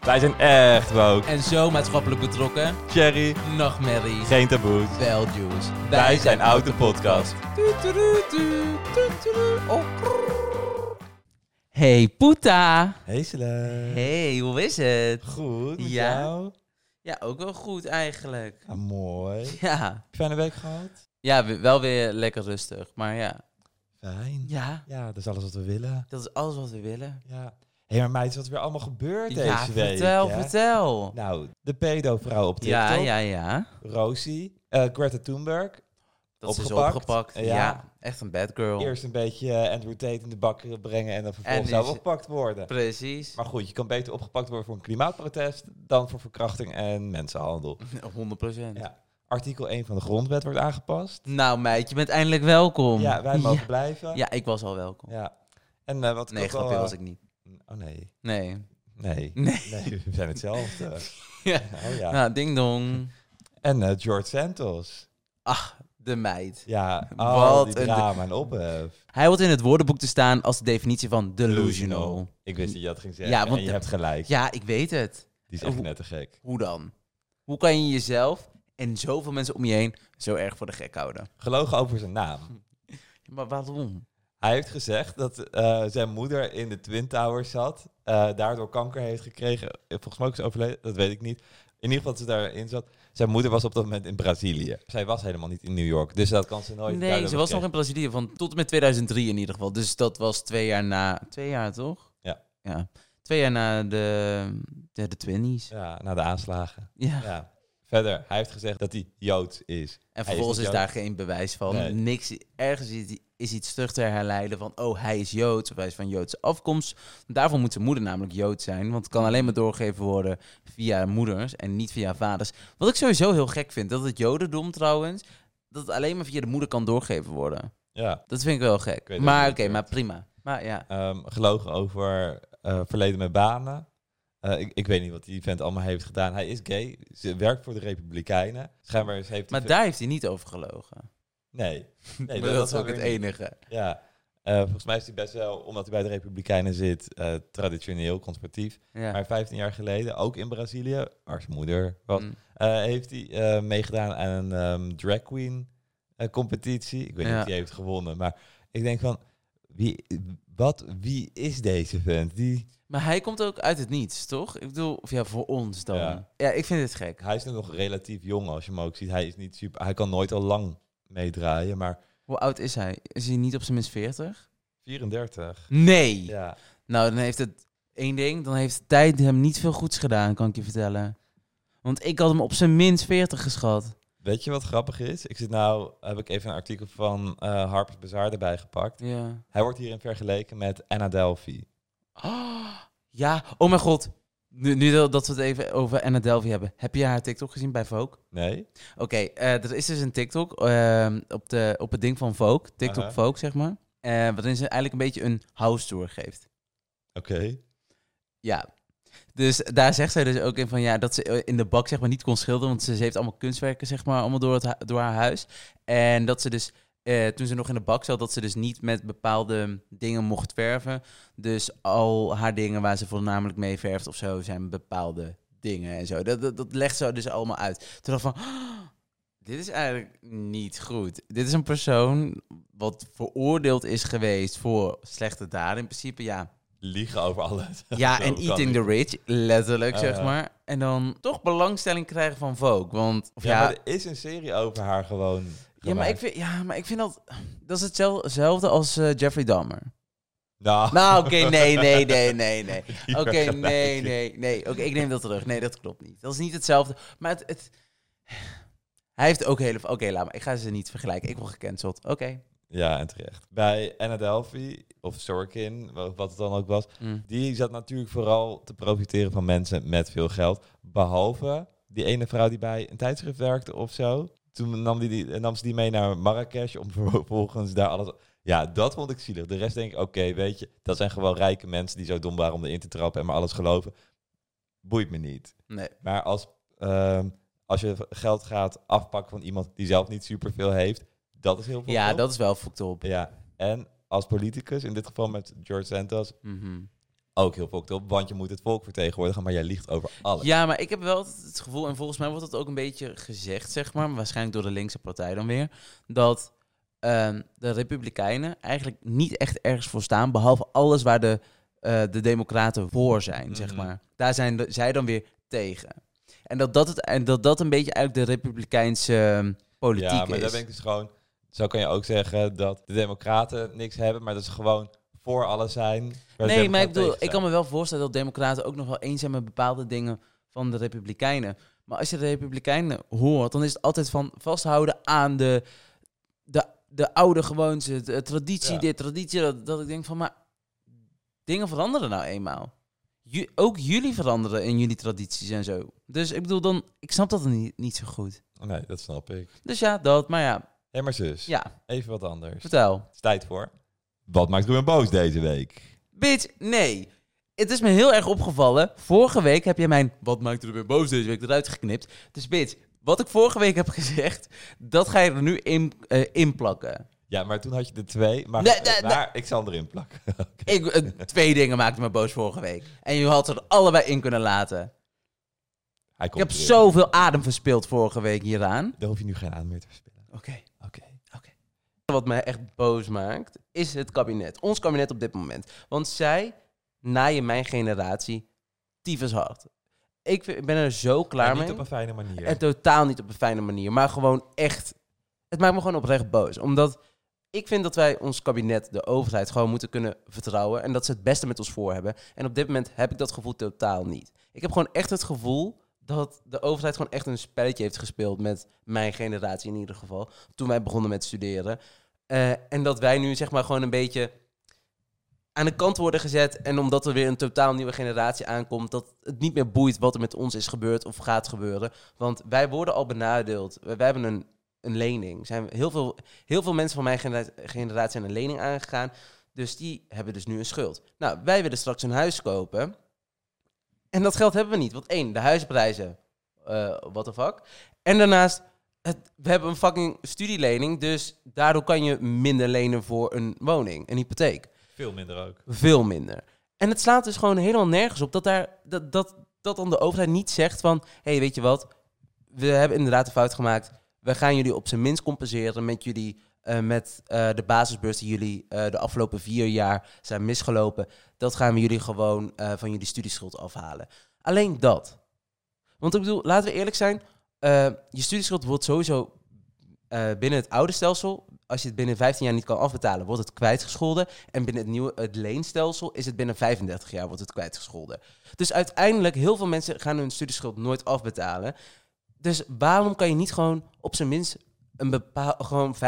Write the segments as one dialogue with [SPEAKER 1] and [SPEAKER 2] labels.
[SPEAKER 1] Wij zijn echt woke.
[SPEAKER 2] En zo maatschappelijk betrokken.
[SPEAKER 1] Cherry,
[SPEAKER 2] Nog merrie.
[SPEAKER 1] geen taboes.
[SPEAKER 2] Wel juice.
[SPEAKER 1] Wij zijn Out The Podcast.
[SPEAKER 2] Tueturutu, tueturutu, oh, krrr. Hey Poeta.
[SPEAKER 1] Hey Sle.
[SPEAKER 2] Hey, hoe is het?
[SPEAKER 1] Goed, met
[SPEAKER 2] Ja?
[SPEAKER 1] jou?
[SPEAKER 2] Ja, ook wel goed eigenlijk.
[SPEAKER 1] Ah, mooi. Heb
[SPEAKER 2] Ja.
[SPEAKER 1] je Fijne week gehad?
[SPEAKER 2] Ja, we- wel weer lekker rustig, maar ja.
[SPEAKER 1] Fijn.
[SPEAKER 2] Ja,
[SPEAKER 1] Ja, dat is alles wat we willen.
[SPEAKER 2] dat is alles wat we willen.
[SPEAKER 1] Ja. Hé, maar meid, is wat er weer allemaal gebeurd
[SPEAKER 2] ja,
[SPEAKER 1] deze week?
[SPEAKER 2] vertel,
[SPEAKER 1] hè?
[SPEAKER 2] vertel.
[SPEAKER 1] Nou, de pedo-vrouw op TikTok.
[SPEAKER 2] ja, ja, ja.
[SPEAKER 1] Rosie. eh, Greta Thunberg.
[SPEAKER 2] Dat is dus
[SPEAKER 1] Opgepakt.
[SPEAKER 2] opgepakt.
[SPEAKER 1] Ja.
[SPEAKER 2] Ja. echt een bad girl.
[SPEAKER 1] Eerst een beetje eh, Andrew Tate in de bak eh, brengen en dan vervolgens
[SPEAKER 2] Oh. En
[SPEAKER 1] zou
[SPEAKER 2] is-
[SPEAKER 1] opgepakt worden.
[SPEAKER 2] Precies.
[SPEAKER 1] Maar goed, je kan beter opgepakt worden voor een klimaatprotest dan voor verkrachting en mensenhandel.
[SPEAKER 2] 100
[SPEAKER 1] Ja. Artikel 1 van de grondwet wordt aangepast.
[SPEAKER 2] Nou meid, je bent eindelijk welkom.
[SPEAKER 1] Ja, wij mogen
[SPEAKER 2] Ja.
[SPEAKER 1] blijven.
[SPEAKER 2] Ja, ik was al welkom.
[SPEAKER 1] Ja. En eh, wat ik
[SPEAKER 2] nee,
[SPEAKER 1] ook wel,
[SPEAKER 2] grapje
[SPEAKER 1] eh,
[SPEAKER 2] was ik niet.
[SPEAKER 1] Oh nee.
[SPEAKER 2] Nee.
[SPEAKER 1] Nee.
[SPEAKER 2] Nee.
[SPEAKER 1] Nee, we zijn hetzelfde.
[SPEAKER 2] Ja.
[SPEAKER 1] Oh ja.
[SPEAKER 2] Nou, ding dong.
[SPEAKER 1] En eh, George Santos.
[SPEAKER 2] Ach, de meid.
[SPEAKER 1] Ja, al
[SPEAKER 2] Wat
[SPEAKER 1] die
[SPEAKER 2] een-
[SPEAKER 1] drama en ophef.
[SPEAKER 2] Hij wordt in het woordenboek te staan als de definitie van delusional.
[SPEAKER 1] Ik wist dat je dat ging zeggen.
[SPEAKER 2] Ja, want
[SPEAKER 1] en je
[SPEAKER 2] de-
[SPEAKER 1] hebt gelijk.
[SPEAKER 2] Ja, ik weet het.
[SPEAKER 1] Die is echt
[SPEAKER 2] Hoe-
[SPEAKER 1] net te gek.
[SPEAKER 2] Hoe dan? Hoe kan je jezelf en zoveel mensen om je heen zo erg voor de gek houden?
[SPEAKER 1] Gelogen over zijn naam.
[SPEAKER 2] Maar waarom?
[SPEAKER 1] Hij heeft gezegd dat eh, zijn moeder in de Twin Towers zat. eh, daardoor kanker heeft gekregen. Eh, Volgens mij ook is overleden, dat weet ik niet. In ieder geval dat ze daarin zat. Zijn moeder was op dat moment in Brazilië. Zij was helemaal niet in New York. Dus dat kan ze nooit. daar
[SPEAKER 2] Nee, ze
[SPEAKER 1] hebben
[SPEAKER 2] was nog
[SPEAKER 1] gekregen.
[SPEAKER 2] in Brazilië van tot en met 2003 in ieder geval. Dus dat was twee jaar na... Twee jaar, toch?
[SPEAKER 1] Ja.
[SPEAKER 2] Ja. Twee jaar na de... De, de twinnies.
[SPEAKER 1] Ja, na de aanslagen.
[SPEAKER 2] Ja.
[SPEAKER 1] Ja. Verder, hij heeft gezegd dat hij Joods is.
[SPEAKER 2] En
[SPEAKER 1] Hij is
[SPEAKER 2] vervolgens
[SPEAKER 1] niet
[SPEAKER 2] is,
[SPEAKER 1] Joods.
[SPEAKER 2] daar geen bewijs van.
[SPEAKER 1] Nee.
[SPEAKER 2] Niks, ergens is, is iets terug te herleiden van, oh, hij is Joods, of hij is van Joodse afkomst. Daarvoor moet zijn moeder namelijk Joods zijn, want het kan alleen maar doorgegeven worden via moeders en niet via vaders. Wat ik sowieso heel gek vind, dat het Jodendom trouwens, dat het alleen maar via de moeder kan doorgegeven worden.
[SPEAKER 1] Ja.
[SPEAKER 2] Dat vind ik wel gek.
[SPEAKER 1] weet ook
[SPEAKER 2] maar
[SPEAKER 1] niet
[SPEAKER 2] oké,
[SPEAKER 1] hoe het
[SPEAKER 2] maar
[SPEAKER 1] werkt.
[SPEAKER 2] prima. Maar ja,
[SPEAKER 1] Ehm, gelogen over eh, verleden met banen. Eh, ik, ik weet niet wat die vent allemaal heeft gedaan. Hij is gay. Ze werkt voor de Republikeinen. Schijnbaar heeft hij...
[SPEAKER 2] maar daar heeft hij niet over gelogen.
[SPEAKER 1] Nee. nee
[SPEAKER 2] maar dat, is ook
[SPEAKER 1] weer
[SPEAKER 2] het
[SPEAKER 1] niet.
[SPEAKER 2] enige.
[SPEAKER 1] Ja. Eh, volgens mij is hij best wel, omdat hij bij de Republikeinen zit, eh, traditioneel, conservatief.
[SPEAKER 2] Ja.
[SPEAKER 1] Maar 15 jaar geleden, ook in Brazilië, waar zijn moeder was,
[SPEAKER 2] Mm.
[SPEAKER 1] eh, heeft hij eh, meegedaan aan een ehm, drag queen eh, competitie. Ik weet niet
[SPEAKER 2] Ja.
[SPEAKER 1] of hij heeft gewonnen, maar ik denk van, wie, wat, wie is deze vent? Die,
[SPEAKER 2] Maar hij komt ook uit het niets, toch? Ik bedoel, of ja, voor ons dan.
[SPEAKER 1] Ja.
[SPEAKER 2] ja ik vind dit gek.
[SPEAKER 1] hij is nog relatief jong als je hem ook ziet. Hij, is niet super, hij kan nooit al lang meedraaien, maar
[SPEAKER 2] Hoe oud is hij? Is hij niet op zijn minst 40?
[SPEAKER 1] 34.
[SPEAKER 2] Nee.
[SPEAKER 1] Ja.
[SPEAKER 2] Nou, dan heeft het één ding. Dan heeft de tijd hem niet veel goeds gedaan, kan ik je vertellen. Want ik had hem op zijn minst 40 geschat.
[SPEAKER 1] Weet je wat grappig is? Ik zit nou, heb ik even een artikel van eh Harper's Bazaar erbij gepakt.
[SPEAKER 2] Ja.
[SPEAKER 1] Hij wordt hierin vergeleken met Anna Delphi.
[SPEAKER 2] Ah, ja, oh mijn god. Nu, nu dat dat we het even over Anna Delvey hebben. Heb je haar TikTok gezien bij Vogue?
[SPEAKER 1] Nee?
[SPEAKER 2] Oké, eh, er is dus een TikTok ehm, op, de, op het ding van Vogue. TikTok
[SPEAKER 1] Aha.
[SPEAKER 2] Vogue, zeg maar. Eh, waarin ze eigenlijk een beetje een house tour geeft.
[SPEAKER 1] Oké.
[SPEAKER 2] Ja. Dus daar zegt zij dus ook in van ja, dat ze eh, in de bak zeg maar niet kon schilderen, want ze, ze heeft allemaal kunstwerken zeg maar allemaal door, het hu- door haar huis. En dat ze dus eh, toen ze nog in de bak zat, dat ze dus niet met bepaalde dingen mocht verven. Dus al haar dingen waar ze voornamelijk mee verft of zo zijn bepaalde dingen en zo. Dat, dat, dat legt ze dus allemaal uit. Toen dacht ik van, "Ah, dit is eigenlijk niet goed. Dit is een persoon wat veroordeeld is geweest voor slechte daden in principe. Ja,
[SPEAKER 1] Liegen over alles.
[SPEAKER 2] ja,
[SPEAKER 1] Zo
[SPEAKER 2] en
[SPEAKER 1] kan
[SPEAKER 2] Eating
[SPEAKER 1] ik.
[SPEAKER 2] the Rich, letterlijk,
[SPEAKER 1] Ah,
[SPEAKER 2] zeg
[SPEAKER 1] ja.
[SPEAKER 2] maar. En dan toch belangstelling krijgen van Vogue. Want, of
[SPEAKER 1] Ja,
[SPEAKER 2] ja,
[SPEAKER 1] maar er is een serie over haar gewoon.
[SPEAKER 2] ja, maar
[SPEAKER 1] gemaakt.
[SPEAKER 2] ik vind, ja, maar ik vind dat... Dat is hetzel- hetzelfde als eh, Jeffrey Dahmer.
[SPEAKER 1] Nou,
[SPEAKER 2] Nou, oké, nee, nee, nee, nee, nee.
[SPEAKER 1] Die
[SPEAKER 2] Oké, nee,
[SPEAKER 1] vergelijking.
[SPEAKER 2] nee, nee. Oké, ik neem dat terug. Nee, dat klopt niet. Dat is niet hetzelfde. Maar het... het- hij heeft ook hele... Oké, laat maar. Ik ga ze niet vergelijken. Ik word gecanceld. Oké.
[SPEAKER 1] Ja, en terecht. Bij Anna Delphi, of Sorkin, wa- wat het dan ook was,
[SPEAKER 2] Mm.
[SPEAKER 1] die zat natuurlijk vooral te profiteren van mensen met veel geld. Behalve die ene vrouw die bij een tijdschrift werkte of zo. Toen nam, die, die, nam ze die mee naar Marrakesh om vervolgens daar alles... Ja, dat vond ik zielig. De rest denk ik, oké, weet je, dat zijn gewoon rijke mensen die zo dom waren om erin te trappen en maar alles geloven. Boeit me niet.
[SPEAKER 2] Nee.
[SPEAKER 1] Maar als, ehm, als je v- geld gaat afpakken van iemand die zelf niet superveel heeft, dat is heel veel.
[SPEAKER 2] Ja,
[SPEAKER 1] geld.
[SPEAKER 2] dat is wel fucked op.
[SPEAKER 1] Mhm. Ja, en als politicus, in dit geval met George Santos, Ook heel fucked op, want je moet het volk vertegenwoordigen, maar jij liegt over alles.
[SPEAKER 2] Ja, maar ik heb wel altijd het gevoel, en volgens mij wordt dat ook een beetje gezegd, zeg maar, waarschijnlijk door de linkse partij dan weer, dat ehm, de Republikeinen eigenlijk niet echt ergens voor staan, behalve alles waar de, eh, de Democraten voor zijn, zeg
[SPEAKER 1] Mhm.
[SPEAKER 2] maar. Daar zijn de- zij dan weer tegen. En dat dat, het, en dat, dat een beetje eigenlijk de Republikeinse ehm, politiek
[SPEAKER 1] ja, maar
[SPEAKER 2] is.
[SPEAKER 1] daar ben ik dus gewoon... Zo kan je ook zeggen dat de democraten niks hebben, maar dat ze gewoon voor alles zijn. waar de
[SPEAKER 2] Nee, maar
[SPEAKER 1] democraten
[SPEAKER 2] ik bedoel,
[SPEAKER 1] tegen
[SPEAKER 2] ik
[SPEAKER 1] zijn.
[SPEAKER 2] kan me wel voorstellen dat Democraten ook nog wel eens zijn met bepaalde dingen van de Republikeinen. Maar als je de Republikeinen hoort, dan is het altijd van vasthouden aan de, de, de oude gewoonte, de traditie,
[SPEAKER 1] Ja.
[SPEAKER 2] dit, traditie, dat, dat ik denk van, maar dingen veranderen nou eenmaal. Ju- ook jullie veranderen in jullie tradities en zo. Dus ik bedoel, dan, ik snap dat niet, niet zo goed.
[SPEAKER 1] Nee, dat snap ik.
[SPEAKER 2] Dus ja, dat, maar ja,
[SPEAKER 1] Hé, maar zus,
[SPEAKER 2] ja,
[SPEAKER 1] even wat anders. Het
[SPEAKER 2] vertel.
[SPEAKER 1] is tijd voor... Wat maakt Ruben boos deze week?
[SPEAKER 2] Bitch, nee. Het is me heel erg opgevallen. Vorige week heb jij mijn Wat maakt er weer boos deze week eruit geknipt. Dus bitch, wat ik vorige week heb gezegd, dat ga je er nu in, eh, in plakken.
[SPEAKER 1] Ja, maar toen had je er twee, maar,
[SPEAKER 2] Nee, nee, nee.
[SPEAKER 1] maar ik zal hem erin plakken. Oké.
[SPEAKER 2] Ik, eh, twee dingen maakten me boos vorige week. En je had ze er allebei in kunnen laten.
[SPEAKER 1] Hij
[SPEAKER 2] Ik
[SPEAKER 1] komt
[SPEAKER 2] heb
[SPEAKER 1] erin.
[SPEAKER 2] zoveel adem verspild vorige week hieraan.
[SPEAKER 1] Daar hoef je nu geen aan meer te verspillen.
[SPEAKER 2] Oké.
[SPEAKER 1] Oké.
[SPEAKER 2] Wat mij echt boos maakt, is het kabinet. Ons kabinet op dit moment. Want zij naaien mijn generatie tyfus hard. Ik vind- ik ben er zo klaar
[SPEAKER 1] En
[SPEAKER 2] mee.
[SPEAKER 1] niet op een fijne manier.
[SPEAKER 2] En totaal niet op een fijne manier. Maar gewoon echt. Het maakt me gewoon oprecht boos. Omdat ik vind dat wij ons kabinet, de overheid, gewoon moeten kunnen vertrouwen. En dat ze het beste met ons voor hebben. En op dit moment heb ik dat gevoel totaal niet. Ik heb gewoon echt het gevoel dat de overheid gewoon echt een spelletje heeft gespeeld met mijn generatie in ieder geval. Toen wij begonnen met studeren. Eh, en dat wij nu zeg maar gewoon een beetje aan de kant worden gezet. En omdat er weer een totaal nieuwe generatie aankomt, dat het niet meer boeit wat er met ons is gebeurd of gaat gebeuren. Want wij worden al benadeeld. Wij wij hebben een, een lening. Zijn heel, veel, heel veel mensen van mijn genera- generatie zijn een lening aangegaan. Dus die hebben dus nu een schuld. Nou, wij willen straks een huis kopen. En dat geld hebben we niet. Want één, de huisprijzen. eh what the fuck. En daarnaast, het, we hebben een fucking studielening. Dus daardoor kan je minder lenen voor een woning, een hypotheek.
[SPEAKER 1] Veel minder ook.
[SPEAKER 2] Veel minder. En het slaat dus gewoon helemaal nergens op dat, daar, dat, dat, dat dan de overheid niet zegt van... hé, hey, weet je wat, we hebben inderdaad een fout gemaakt. We gaan jullie op zijn minst compenseren met jullie... eh, met eh, de basisbeurs die jullie eh, de afgelopen vier jaar zijn misgelopen. Dat gaan we jullie gewoon eh, van jullie studieschuld afhalen. Alleen dat. Want ik bedoel, laten we eerlijk zijn. eh, je studieschuld wordt sowieso eh, binnen het oude stelsel... als je het binnen 15 jaar niet kan afbetalen, wordt het kwijtgescholden. En binnen het nieuwe het leenstelsel is het binnen 35 jaar wordt het kwijtgescholden. Dus uiteindelijk, heel veel mensen gaan hun studieschuld nooit afbetalen. Dus waarom kan je niet gewoon op zijn minst een bepaal, gewoon 15.000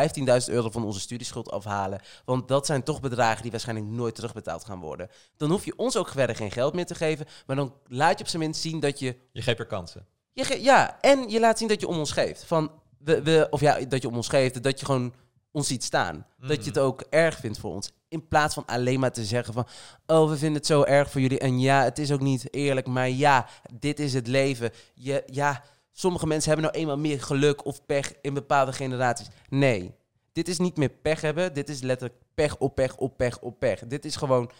[SPEAKER 2] euro van onze studieschuld afhalen? Want dat zijn toch bedragen die waarschijnlijk nooit terugbetaald gaan worden. Dan hoef je ons ook verder geen geld meer te geven. Maar dan laat je op zijn minst zien dat je
[SPEAKER 1] Je geeft er kansen.
[SPEAKER 2] je ge- ja, en je laat zien dat je om ons geeft. Van we, we, of ja, dat je om ons geeft, dat je gewoon ons ziet staan. Dat je het ook erg vindt voor ons. In plaats van alleen maar te zeggen van, oh, we vinden het zo erg voor jullie. En ja, het is ook niet eerlijk, maar ja, dit is het leven. Je, ja, sommige mensen hebben nou eenmaal meer geluk of pech in bepaalde generaties. Nee, dit is niet meer pech hebben. Dit is letterlijk pech op pech op pech op pech. Dit is gewoon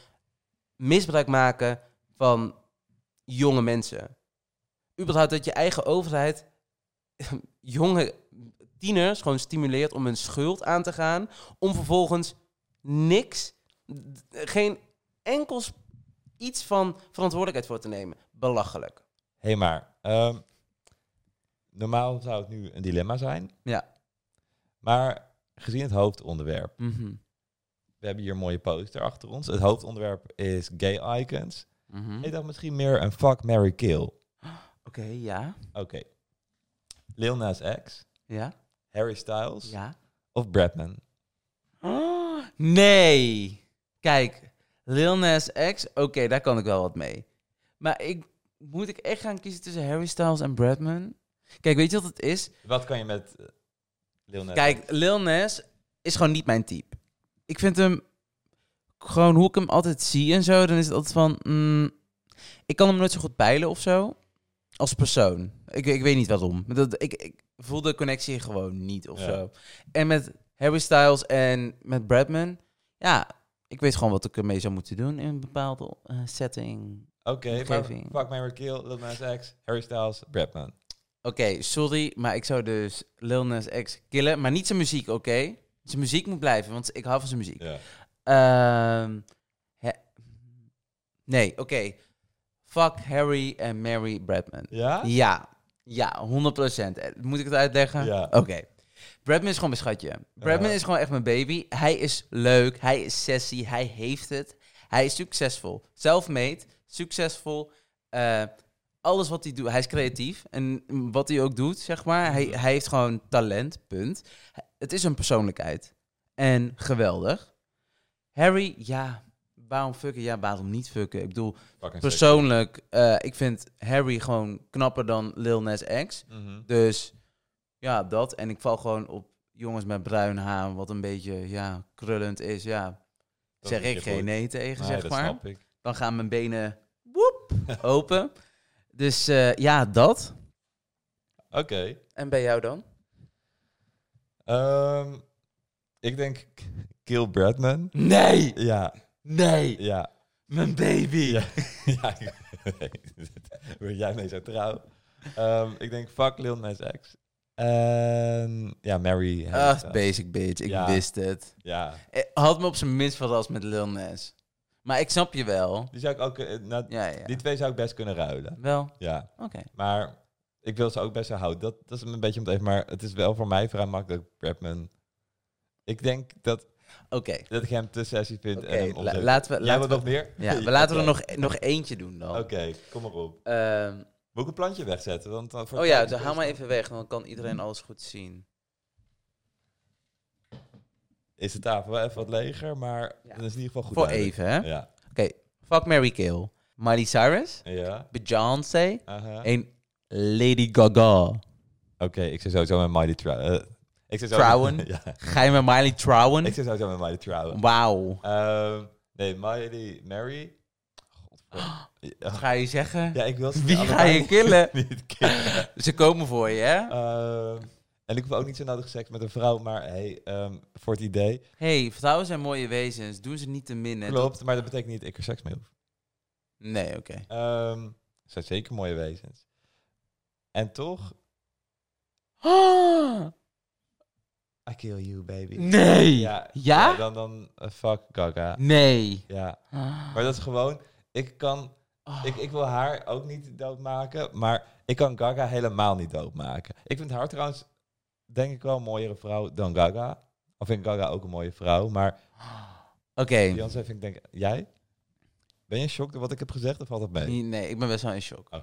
[SPEAKER 2] misbruik maken van jonge mensen überhaupt dat je eigen overheid jonge tieners gewoon stimuleert om hun schuld aan te gaan, om vervolgens niks, d- geen enkel sp- iets van verantwoordelijkheid voor te nemen. Belachelijk.
[SPEAKER 1] Hé, hey, maar ehm, normaal zou het nu een dilemma zijn.
[SPEAKER 2] Ja.
[SPEAKER 1] Maar gezien het hoofdonderwerp,
[SPEAKER 2] Mhm.
[SPEAKER 1] we hebben hier een mooie poster achter ons. Het hoofdonderwerp is gay icons.
[SPEAKER 2] Hm?
[SPEAKER 1] Ik dacht misschien meer een fuck, Mary kill. Oké.
[SPEAKER 2] Mhm. Oké, ja.
[SPEAKER 1] Lil Nas X,
[SPEAKER 2] Ja.
[SPEAKER 1] Harry Styles
[SPEAKER 2] Ja.
[SPEAKER 1] of Bradman?
[SPEAKER 2] nee. Kijk, Lil Nas X, oké, daar kan ik wel wat mee. Maar ik, moet ik echt gaan kiezen tussen Harry Styles en Bradman? Kijk, weet je wat het is?
[SPEAKER 1] Wat kan je met eh, Lil Nas
[SPEAKER 2] Kijk, Lil Nas is gewoon niet mijn type. Ik vind hem gewoon hoe ik hem altijd zie en zo, dan is het altijd van. mm, ik kan hem nooit zo goed peilen of zo. Als persoon. Ik, ik weet niet waarom. Dat, ik, ik voel de connectie gewoon niet of
[SPEAKER 1] Ja.
[SPEAKER 2] zo. En met Harry Styles en met Bradman. Ja, Ik weet gewoon wat ik ermee zou moeten doen in een bepaalde eh, setting.
[SPEAKER 1] Oké, maar
[SPEAKER 2] Omgeving.
[SPEAKER 1] Fuck Mary Kill, Lil Nas X, Harry Styles, Bradman.
[SPEAKER 2] Oké, sorry, maar ik zou dus Lil Nas X killen. Maar niet zijn muziek, oké? Zijn muziek moet blijven, want ik hou van zijn muziek.
[SPEAKER 1] Ja.
[SPEAKER 2] Ehm, hè- nee, oké. Fuck Harry en Mary Bradman.
[SPEAKER 1] Ja?
[SPEAKER 2] Ja, ja, 100%. Eh, Moet ik het uitleggen?
[SPEAKER 1] Ja.
[SPEAKER 2] Oké. Bradman is gewoon mijn schatje. Bradman
[SPEAKER 1] Ja.
[SPEAKER 2] is gewoon echt mijn baby. Hij is leuk, hij is sexy, hij heeft het. Hij is succesvol. Self-made, succesvol. Eh, alles wat hij doet, hij is creatief. En wat hij ook doet, zeg maar, hij,
[SPEAKER 1] Mhm.
[SPEAKER 2] hij heeft gewoon talent, punt. Het is een persoonlijkheid. En geweldig. Harry, ja, waarom fucken? Ja, waarom niet fucken? Ik bedoel,
[SPEAKER 1] Fucking sick.
[SPEAKER 2] Persoonlijk, eh, ik vind Harry gewoon knapper dan Lil Nas X.
[SPEAKER 1] Mhm.
[SPEAKER 2] Dus ja, dat. En ik val gewoon op jongens met bruin haar, wat een beetje ja, krullend is. Ja,
[SPEAKER 1] Dat
[SPEAKER 2] zeg
[SPEAKER 1] doet
[SPEAKER 2] ik
[SPEAKER 1] je
[SPEAKER 2] geen
[SPEAKER 1] goed.
[SPEAKER 2] nee tegen,
[SPEAKER 1] Nee,
[SPEAKER 2] zeg
[SPEAKER 1] dat
[SPEAKER 2] maar.
[SPEAKER 1] snap ik.
[SPEAKER 2] Dan gaan mijn benen woep, open. Dus eh, ja, dat.
[SPEAKER 1] Oké.
[SPEAKER 2] En bij jou dan?
[SPEAKER 1] ehm, ik denk Kill Bradman.
[SPEAKER 2] Nee!
[SPEAKER 1] Ja,
[SPEAKER 2] Nee!
[SPEAKER 1] ja.
[SPEAKER 2] Mijn baby!
[SPEAKER 1] Ja. ja, ik weet jij mee zo trouw. Ehm, ik denk fuck Lil Nas X. En ja, Mary. Harry
[SPEAKER 2] Ach,
[SPEAKER 1] Styles.
[SPEAKER 2] basic bitch, ik
[SPEAKER 1] Ja.
[SPEAKER 2] wist het.
[SPEAKER 1] ja,
[SPEAKER 2] Ik had me op zijn minst verrast met Lil Nas. Maar ik snap je wel.
[SPEAKER 1] die zou ik ook. eh, nou,
[SPEAKER 2] Ja, ja.
[SPEAKER 1] Die twee zou ik best kunnen ruilen.
[SPEAKER 2] Wel,
[SPEAKER 1] Ja,
[SPEAKER 2] oké.
[SPEAKER 1] maar ik wil ze ook best wel houden. Dat, dat is een beetje om het even. Maar het is wel voor mij vrij makkelijk. Bradman. Ik denk dat,
[SPEAKER 2] Oké.
[SPEAKER 1] dat ik hem te sessie vind.
[SPEAKER 2] Oké,
[SPEAKER 1] en hem
[SPEAKER 2] la-
[SPEAKER 1] omzet.
[SPEAKER 2] laten we-
[SPEAKER 1] Jij
[SPEAKER 2] laten
[SPEAKER 1] wilt
[SPEAKER 2] we-
[SPEAKER 1] nog meer?
[SPEAKER 2] Ja, we laten we er
[SPEAKER 1] Oké.
[SPEAKER 2] nog, nog eentje doen dan.
[SPEAKER 1] Oké, kom maar op.
[SPEAKER 2] Ehm,
[SPEAKER 1] Moet ik een plantje wegzetten? Want, dan Mm. voor
[SPEAKER 2] oh
[SPEAKER 1] het
[SPEAKER 2] ja,
[SPEAKER 1] tijd-
[SPEAKER 2] dan haal maar even weg, dan kan iedereen alles goed zien.
[SPEAKER 1] Is de tafel wel even wat leger, maar
[SPEAKER 2] Ja.
[SPEAKER 1] dan is het in ieder geval goed.
[SPEAKER 2] Voor
[SPEAKER 1] duidelijk.
[SPEAKER 2] even, hè?
[SPEAKER 1] Ja.
[SPEAKER 2] Fuck Mary Kill. Miley Cyrus,
[SPEAKER 1] Ja.
[SPEAKER 2] Beyoncé
[SPEAKER 1] Aha.
[SPEAKER 2] en Lady Gaga.
[SPEAKER 1] Oké, ik zou sowieso met Miley trouwen. Eh, ik zou sowieso-
[SPEAKER 2] Trouwen? Hm.
[SPEAKER 1] ja.
[SPEAKER 2] Ga je met Miley trouwen?
[SPEAKER 1] Ik zou sowieso met Miley trouwen.
[SPEAKER 2] Wauw.
[SPEAKER 1] Ehm, nee, Miley, Mary. Godver-
[SPEAKER 2] Wat ga je zeggen?
[SPEAKER 1] Ja, ik wil ze
[SPEAKER 2] Wie
[SPEAKER 1] allebei
[SPEAKER 2] ga je killen?
[SPEAKER 1] niet killen.
[SPEAKER 2] Ze komen voor je, hè?
[SPEAKER 1] Ehm, en ik hoef ook niet zo nodig seks met een vrouw, maar hey, ehm, voor het idee.
[SPEAKER 2] hey, vrouwen zijn mooie wezens. Doen ze niet te minnen.
[SPEAKER 1] Klopt, maar dat betekent niet dat ik er seks mee hoef.
[SPEAKER 2] Nee, oké.
[SPEAKER 1] Ehm zijn zeker mooie wezens. En toch,
[SPEAKER 2] Ah,
[SPEAKER 1] I kill you, baby.
[SPEAKER 2] nee!
[SPEAKER 1] Ja,
[SPEAKER 2] Ja?
[SPEAKER 1] dan, dan eh, fuck Gaga.
[SPEAKER 2] Nee. Oh.
[SPEAKER 1] Ja,
[SPEAKER 2] Ah.
[SPEAKER 1] maar dat is gewoon... Ik kan... Ik, ik wil haar ook niet doodmaken, maar ik kan Gaga helemaal niet doodmaken. Ik vind haar trouwens, denk ik wel, een mooiere vrouw dan Gaga. Of vind ik Gaga ook een mooie vrouw, maar
[SPEAKER 2] Oké.
[SPEAKER 1] Beyoncé vind ik denk... Jij? Ben je in shock door wat ik heb gezegd of valt het mee?
[SPEAKER 2] Nee, nee, ik ben best wel in shock.
[SPEAKER 1] Oh.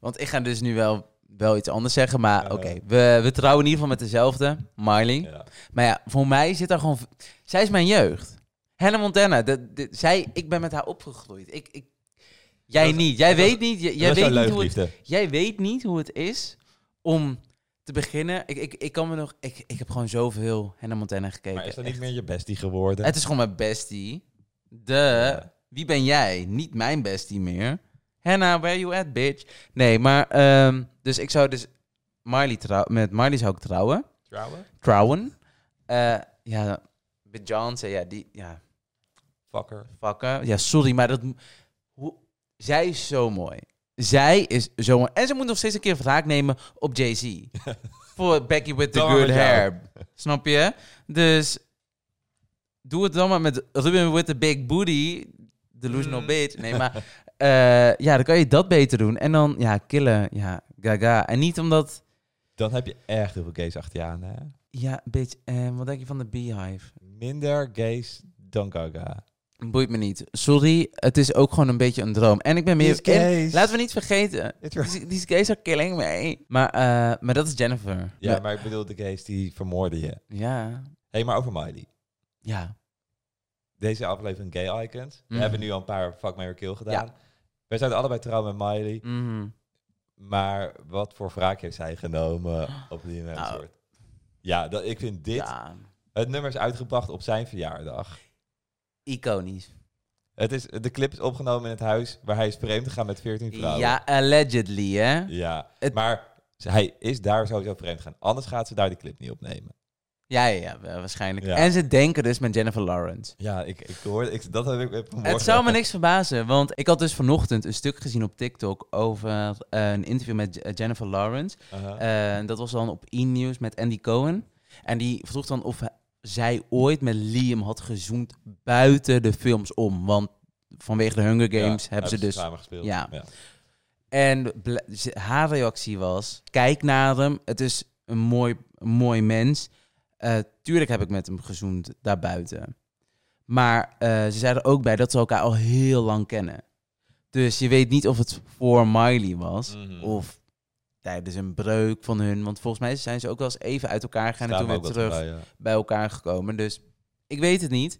[SPEAKER 2] Want ik ga dus nu wel, wel iets anders zeggen, maar
[SPEAKER 1] Ja.
[SPEAKER 2] oké. We, we trouwen in ieder geval met dezelfde, Miley.
[SPEAKER 1] Oh. Ja.
[SPEAKER 2] Maar ja, voor mij zit daar gewoon... v- Zij is mijn jeugd. Hannah Montana, de, de- zij, ik ben met haar opgegroeid. Ik, ik, jij
[SPEAKER 1] Dat is-
[SPEAKER 2] niet, jij
[SPEAKER 1] dat is-
[SPEAKER 2] weet niet, jij,
[SPEAKER 1] Dat
[SPEAKER 2] jij
[SPEAKER 1] is jouw
[SPEAKER 2] weet niet hoe het,
[SPEAKER 1] leugliefde.
[SPEAKER 2] jij weet niet hoe het is om te beginnen. Ik, ik, ik kan me nog... Ik, ik heb gewoon zoveel Hannah Montana gekeken.
[SPEAKER 1] Maar is dat
[SPEAKER 2] echt.
[SPEAKER 1] niet meer je bestie geworden?
[SPEAKER 2] Het is gewoon mijn bestie. De,
[SPEAKER 1] Ja.
[SPEAKER 2] wie ben jij? Niet mijn bestie meer. Hannah, where you at, bitch? Nee, maar, ehm, dus ik zou dus Marley trouw, met Marley zou ik trouwen.
[SPEAKER 1] Trouwen?
[SPEAKER 2] Trouwen. Eh ja, Beyoncé, ja, die, ja,
[SPEAKER 1] Fucker.
[SPEAKER 2] fucker. Ja, sorry, maar dat, mo- hoe, zij is zo mooi. Zij is zo mooi. En ze moet nog steeds een keer wraak nemen op Jay-Z. Voor Becky with the
[SPEAKER 1] Dan maar
[SPEAKER 2] good
[SPEAKER 1] met jou.
[SPEAKER 2] hair. Snap je? Dus doe het dan maar met Ruben with the big booty. Delusional
[SPEAKER 1] Mm.
[SPEAKER 2] bitch. Nee, maar eh, ja, dan kan je dat beter doen. En dan, ja, killen. Ja, gaga. En niet omdat,
[SPEAKER 1] Dan heb je echt heel veel gays achter je aan, hè?
[SPEAKER 2] ja, bitch, eh, wat denk je van de beehive?
[SPEAKER 1] Minder gays dan Gaga.
[SPEAKER 2] Boeit me niet. Sorry, het is ook gewoon een beetje een droom. En ik ben meer...
[SPEAKER 1] These gays.
[SPEAKER 2] en laten we niet vergeten.
[SPEAKER 1] Het was-
[SPEAKER 2] Die is gays are killing me. Maar, eh, maar dat is Jennifer.
[SPEAKER 1] Ja,
[SPEAKER 2] Maar-
[SPEAKER 1] maar ik bedoel de gays die vermoorden je.
[SPEAKER 2] ja.
[SPEAKER 1] Hé, hey, maar over Miley.
[SPEAKER 2] Ja.
[SPEAKER 1] Deze aflevering Gay Icons. We
[SPEAKER 2] Mhm.
[SPEAKER 1] hebben nu al een paar Fuck, Mary, Kill gedaan. Wij zouden allebei trouwen met Miley.
[SPEAKER 2] Mhm.
[SPEAKER 1] Maar wat voor wraak heeft zij genomen op die
[SPEAKER 2] Nou.
[SPEAKER 1] soort? Ja, dat, ik vind dit...
[SPEAKER 2] Ja.
[SPEAKER 1] Het nummer is uitgebracht op zijn verjaardag.
[SPEAKER 2] Iconisch.
[SPEAKER 1] Het is, de clip is opgenomen in het huis waar hij is vreemd gegaan met 14 vrouwen.
[SPEAKER 2] Ja, allegedly, hè?
[SPEAKER 1] Ja,
[SPEAKER 2] Het-
[SPEAKER 1] maar hij is daar sowieso vreemd gegaan. Anders gaat ze daar die clip niet opnemen.
[SPEAKER 2] Ja, ja, ja, wa- waarschijnlijk.
[SPEAKER 1] Ja.
[SPEAKER 2] En ze denken dus met Jennifer Lawrence.
[SPEAKER 1] Ja, ik, ik hoorde, ik, dat heb ik eh, vanmorgen.
[SPEAKER 2] Het zou me niks verbazen, want ik had dus vanochtend een stuk gezien op TikTok over eh, een interview met J- Jennifer Lawrence.
[SPEAKER 1] Aha.
[SPEAKER 2] Eh, dat was dan op E-News met Andy Cohen. En die vroeg dan of zij ooit met Liam had gezoend buiten de films om. Want vanwege de Hunger
[SPEAKER 1] Ja,
[SPEAKER 2] Games hebben ze dus...
[SPEAKER 1] samen gespeeld.
[SPEAKER 2] ja. En bl- ze- haar reactie was, kijk naar hem, het is een mooi, een mooi mens. Eh, tuurlijk heb ik met hem gezoend daarbuiten. Maar eh, ze zei er ook bij dat ze elkaar al heel lang kennen. Dus je weet niet of het voor Miley was
[SPEAKER 1] Mhm.
[SPEAKER 2] of tijdens een breuk van hun. Want volgens mij zijn ze ook wel eens even uit elkaar gegaan en
[SPEAKER 1] Staan
[SPEAKER 2] toen
[SPEAKER 1] we
[SPEAKER 2] weer
[SPEAKER 1] ook wel
[SPEAKER 2] terug
[SPEAKER 1] bij, ja.
[SPEAKER 2] bij elkaar gekomen. Dus ik weet het niet.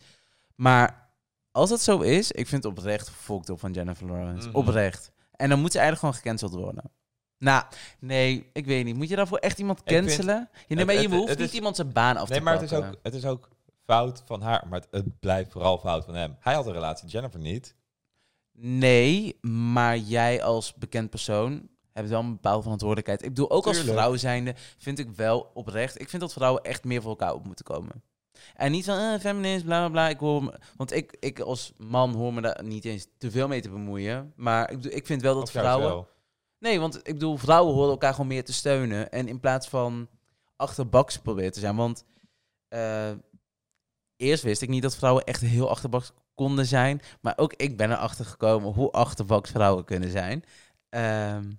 [SPEAKER 2] Maar als dat zo is, ik vind het oprecht fokt op van Jennifer Lawrence.
[SPEAKER 1] Mhm.
[SPEAKER 2] Oprecht. En dan moet ze eigenlijk gewoon gecanceld worden. Nou, nee, ik weet niet. Moet je daarvoor echt iemand
[SPEAKER 1] vind-
[SPEAKER 2] cancelen? Je,
[SPEAKER 1] het-
[SPEAKER 2] nee, maar je
[SPEAKER 1] het-
[SPEAKER 2] hoeft
[SPEAKER 1] het
[SPEAKER 2] niet
[SPEAKER 1] is-
[SPEAKER 2] iemand zijn baan af
[SPEAKER 1] Nee,
[SPEAKER 2] te
[SPEAKER 1] maar het is,
[SPEAKER 2] pakken.
[SPEAKER 1] ook, het is ook fout van haar. Maar het, het blijft vooral fout van hem. Hij had een relatie, Jennifer niet.
[SPEAKER 2] Nee, maar jij als bekend persoon hebt wel een bepaalde verantwoordelijkheid. Ik bedoel, ook als
[SPEAKER 1] Tuurlijk.
[SPEAKER 2] vrouw zijnde vind ik wel oprecht. Ik vind dat vrouwen echt meer voor elkaar op moeten komen. En niet van eh, feminist, bla bla bla. Ik hoor me- want ik, ik als man hoor me daar niet eens te veel mee te bemoeien. Maar ik, bedoel, ik vind wel dat
[SPEAKER 1] Of juist
[SPEAKER 2] vrouwen.
[SPEAKER 1] wel.
[SPEAKER 2] Nee, want ik bedoel, vrouwen horen elkaar gewoon meer te steunen. En in plaats van achterbaks proberen te zijn. Want eh, eerst wist ik niet dat vrouwen echt heel achterbaks konden zijn. Maar ook ik ben erachter gekomen hoe achterbaks vrouwen kunnen zijn. Ehm,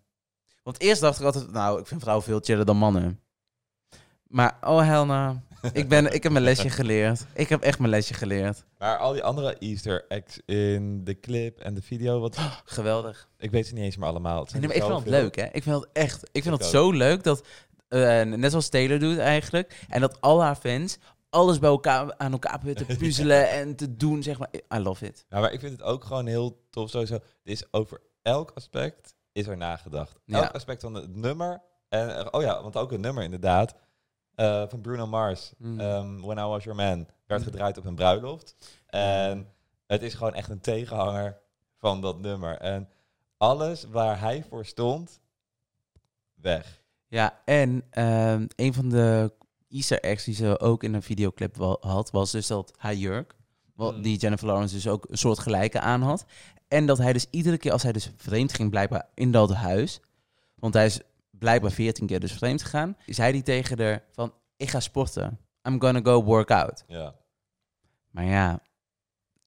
[SPEAKER 2] want eerst dacht ik altijd, nou, ik vind vrouwen veel chiller dan mannen. Maar oh Helna, ik, ben, ik heb mijn lesje geleerd. Ik heb echt mijn lesje geleerd.
[SPEAKER 1] Maar al die andere Easter eggs in de clip en de video, wat,
[SPEAKER 2] Geweldig.
[SPEAKER 1] ik weet ze niet eens meer allemaal. Het
[SPEAKER 2] En
[SPEAKER 1] zijn
[SPEAKER 2] ik
[SPEAKER 1] er
[SPEAKER 2] vind het
[SPEAKER 1] zoveel.
[SPEAKER 2] leuk, hè? Ik vind het echt. Ik
[SPEAKER 1] Ik
[SPEAKER 2] vind het
[SPEAKER 1] ook.
[SPEAKER 2] zo leuk dat, eh, net zoals Taylor doet eigenlijk, en dat al haar fans alles bij elkaar aan elkaar proberen te puzzelen en te doen, zeg maar. I love it.
[SPEAKER 1] Ja, maar ik vind het ook gewoon heel tof sowieso. Er is over elk aspect is er nagedacht.
[SPEAKER 2] Ja.
[SPEAKER 1] Elk aspect van het nummer. En, eh, oh ja, want ook het nummer inderdaad. eh, van Bruno Mars.
[SPEAKER 2] Mm.
[SPEAKER 1] ehm, When I Was Your Man. Werd
[SPEAKER 2] Mm.
[SPEAKER 1] gedraaid op een bruiloft. En het is gewoon echt een tegenhanger van dat nummer. En alles waar hij voor stond, weg.
[SPEAKER 2] Ja, en ehm, een van de Easter eggs die ze ook in een videoclip wa- had, was dus dat haar jurk, wa-
[SPEAKER 1] Mm.
[SPEAKER 2] die Jennifer Lawrence dus ook een soort gelijke aan had. En dat hij dus iedere keer als hij dus vreemd ging, blijkbaar in dat huis, want hij is blijkbaar 14 keer dus vreemd gegaan, zei hij tegen haar van, ik ga sporten. I'm gonna go work out.
[SPEAKER 1] Ja.
[SPEAKER 2] Maar ja,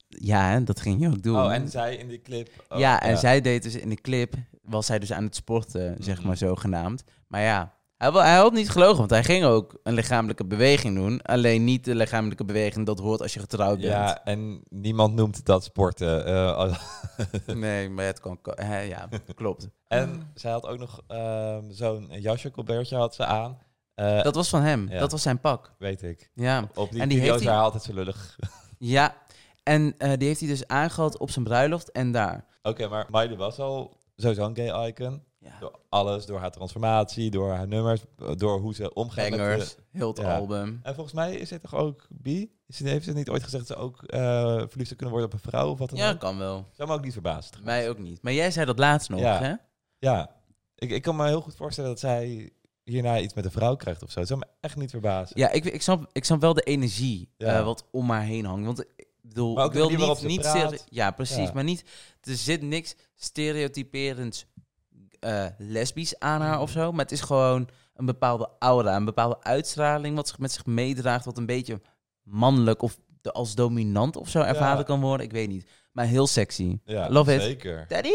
[SPEAKER 2] ja, hè, dat ging je ook doen.
[SPEAKER 1] Oh, en zij in die clip. ook,
[SPEAKER 2] Oh, ja, en zij deed dus in de clip, was zij dus aan het sporten, zeg
[SPEAKER 1] Mhm.
[SPEAKER 2] maar zogenaamd. Maar ja, hij, wa- hij had niet gelogen, want hij ging ook een lichamelijke beweging doen. Alleen niet de lichamelijke beweging dat hoort als je getrouwd bent.
[SPEAKER 1] Ja, en niemand noemt dat sporten. Eh,
[SPEAKER 2] Nee, maar het kan... ko- hè, ja, klopt.
[SPEAKER 1] En zij had ook nog ehm, zo'n jasje, colbertje had ze aan. Eh,
[SPEAKER 2] Dat was van hem.
[SPEAKER 1] Ja.
[SPEAKER 2] Dat was zijn pak.
[SPEAKER 1] weet ik.
[SPEAKER 2] Ja,
[SPEAKER 1] Op die,
[SPEAKER 2] En die
[SPEAKER 1] video's
[SPEAKER 2] heeft hij-
[SPEAKER 1] waren altijd zo lullig.
[SPEAKER 2] ja. En eh, die heeft hij dus aangehad op zijn bruiloft en daar.
[SPEAKER 1] Oké, maar Miley was al sowieso een gay icon.
[SPEAKER 2] Ja.
[SPEAKER 1] Door alles, door haar transformatie, door haar nummers, door hoe ze omgaat met
[SPEAKER 2] Bangers,
[SPEAKER 1] de-
[SPEAKER 2] heel het
[SPEAKER 1] ja.
[SPEAKER 2] album.
[SPEAKER 1] En volgens mij is dit toch ook bi? Ze heeft ze niet ooit gezegd dat ze ook eh verliefd zou kunnen worden op een vrouw of wat dan
[SPEAKER 2] Ja,
[SPEAKER 1] ook?
[SPEAKER 2] kan wel.
[SPEAKER 1] Zou me ook niet verbazen. trouwens.
[SPEAKER 2] Mij ook niet. Maar jij zei dat laatst nog,
[SPEAKER 1] Ja.
[SPEAKER 2] hè?
[SPEAKER 1] Ja, ik, ik kan me heel goed voorstellen dat zij hierna iets met een vrouw krijgt of zo. Het zou me echt niet verbazen.
[SPEAKER 2] Ja, ik, ik, snap, ik snap wel de energie
[SPEAKER 1] Ja.
[SPEAKER 2] eh, wat om haar heen hangt. Want eh, ik bedoel,
[SPEAKER 1] Maar ook
[SPEAKER 2] ik
[SPEAKER 1] de
[SPEAKER 2] wil
[SPEAKER 1] manier
[SPEAKER 2] niet,
[SPEAKER 1] waarop ze
[SPEAKER 2] niet
[SPEAKER 1] praat.
[SPEAKER 2] stere- Ja, precies.
[SPEAKER 1] Ja.
[SPEAKER 2] Maar niet, er zit niks stereotyperends eh, lesbisch aan
[SPEAKER 1] Mhm.
[SPEAKER 2] haar of zo. Maar het is gewoon een bepaalde aura, een bepaalde uitstraling wat zich met zich meedraagt, wat een beetje mannelijk of de, als dominant of zo ervaren
[SPEAKER 1] Ja.
[SPEAKER 2] kan worden. Ik weet niet. Maar heel sexy.
[SPEAKER 1] Ja,
[SPEAKER 2] Love it.
[SPEAKER 1] zeker.
[SPEAKER 2] Daddy?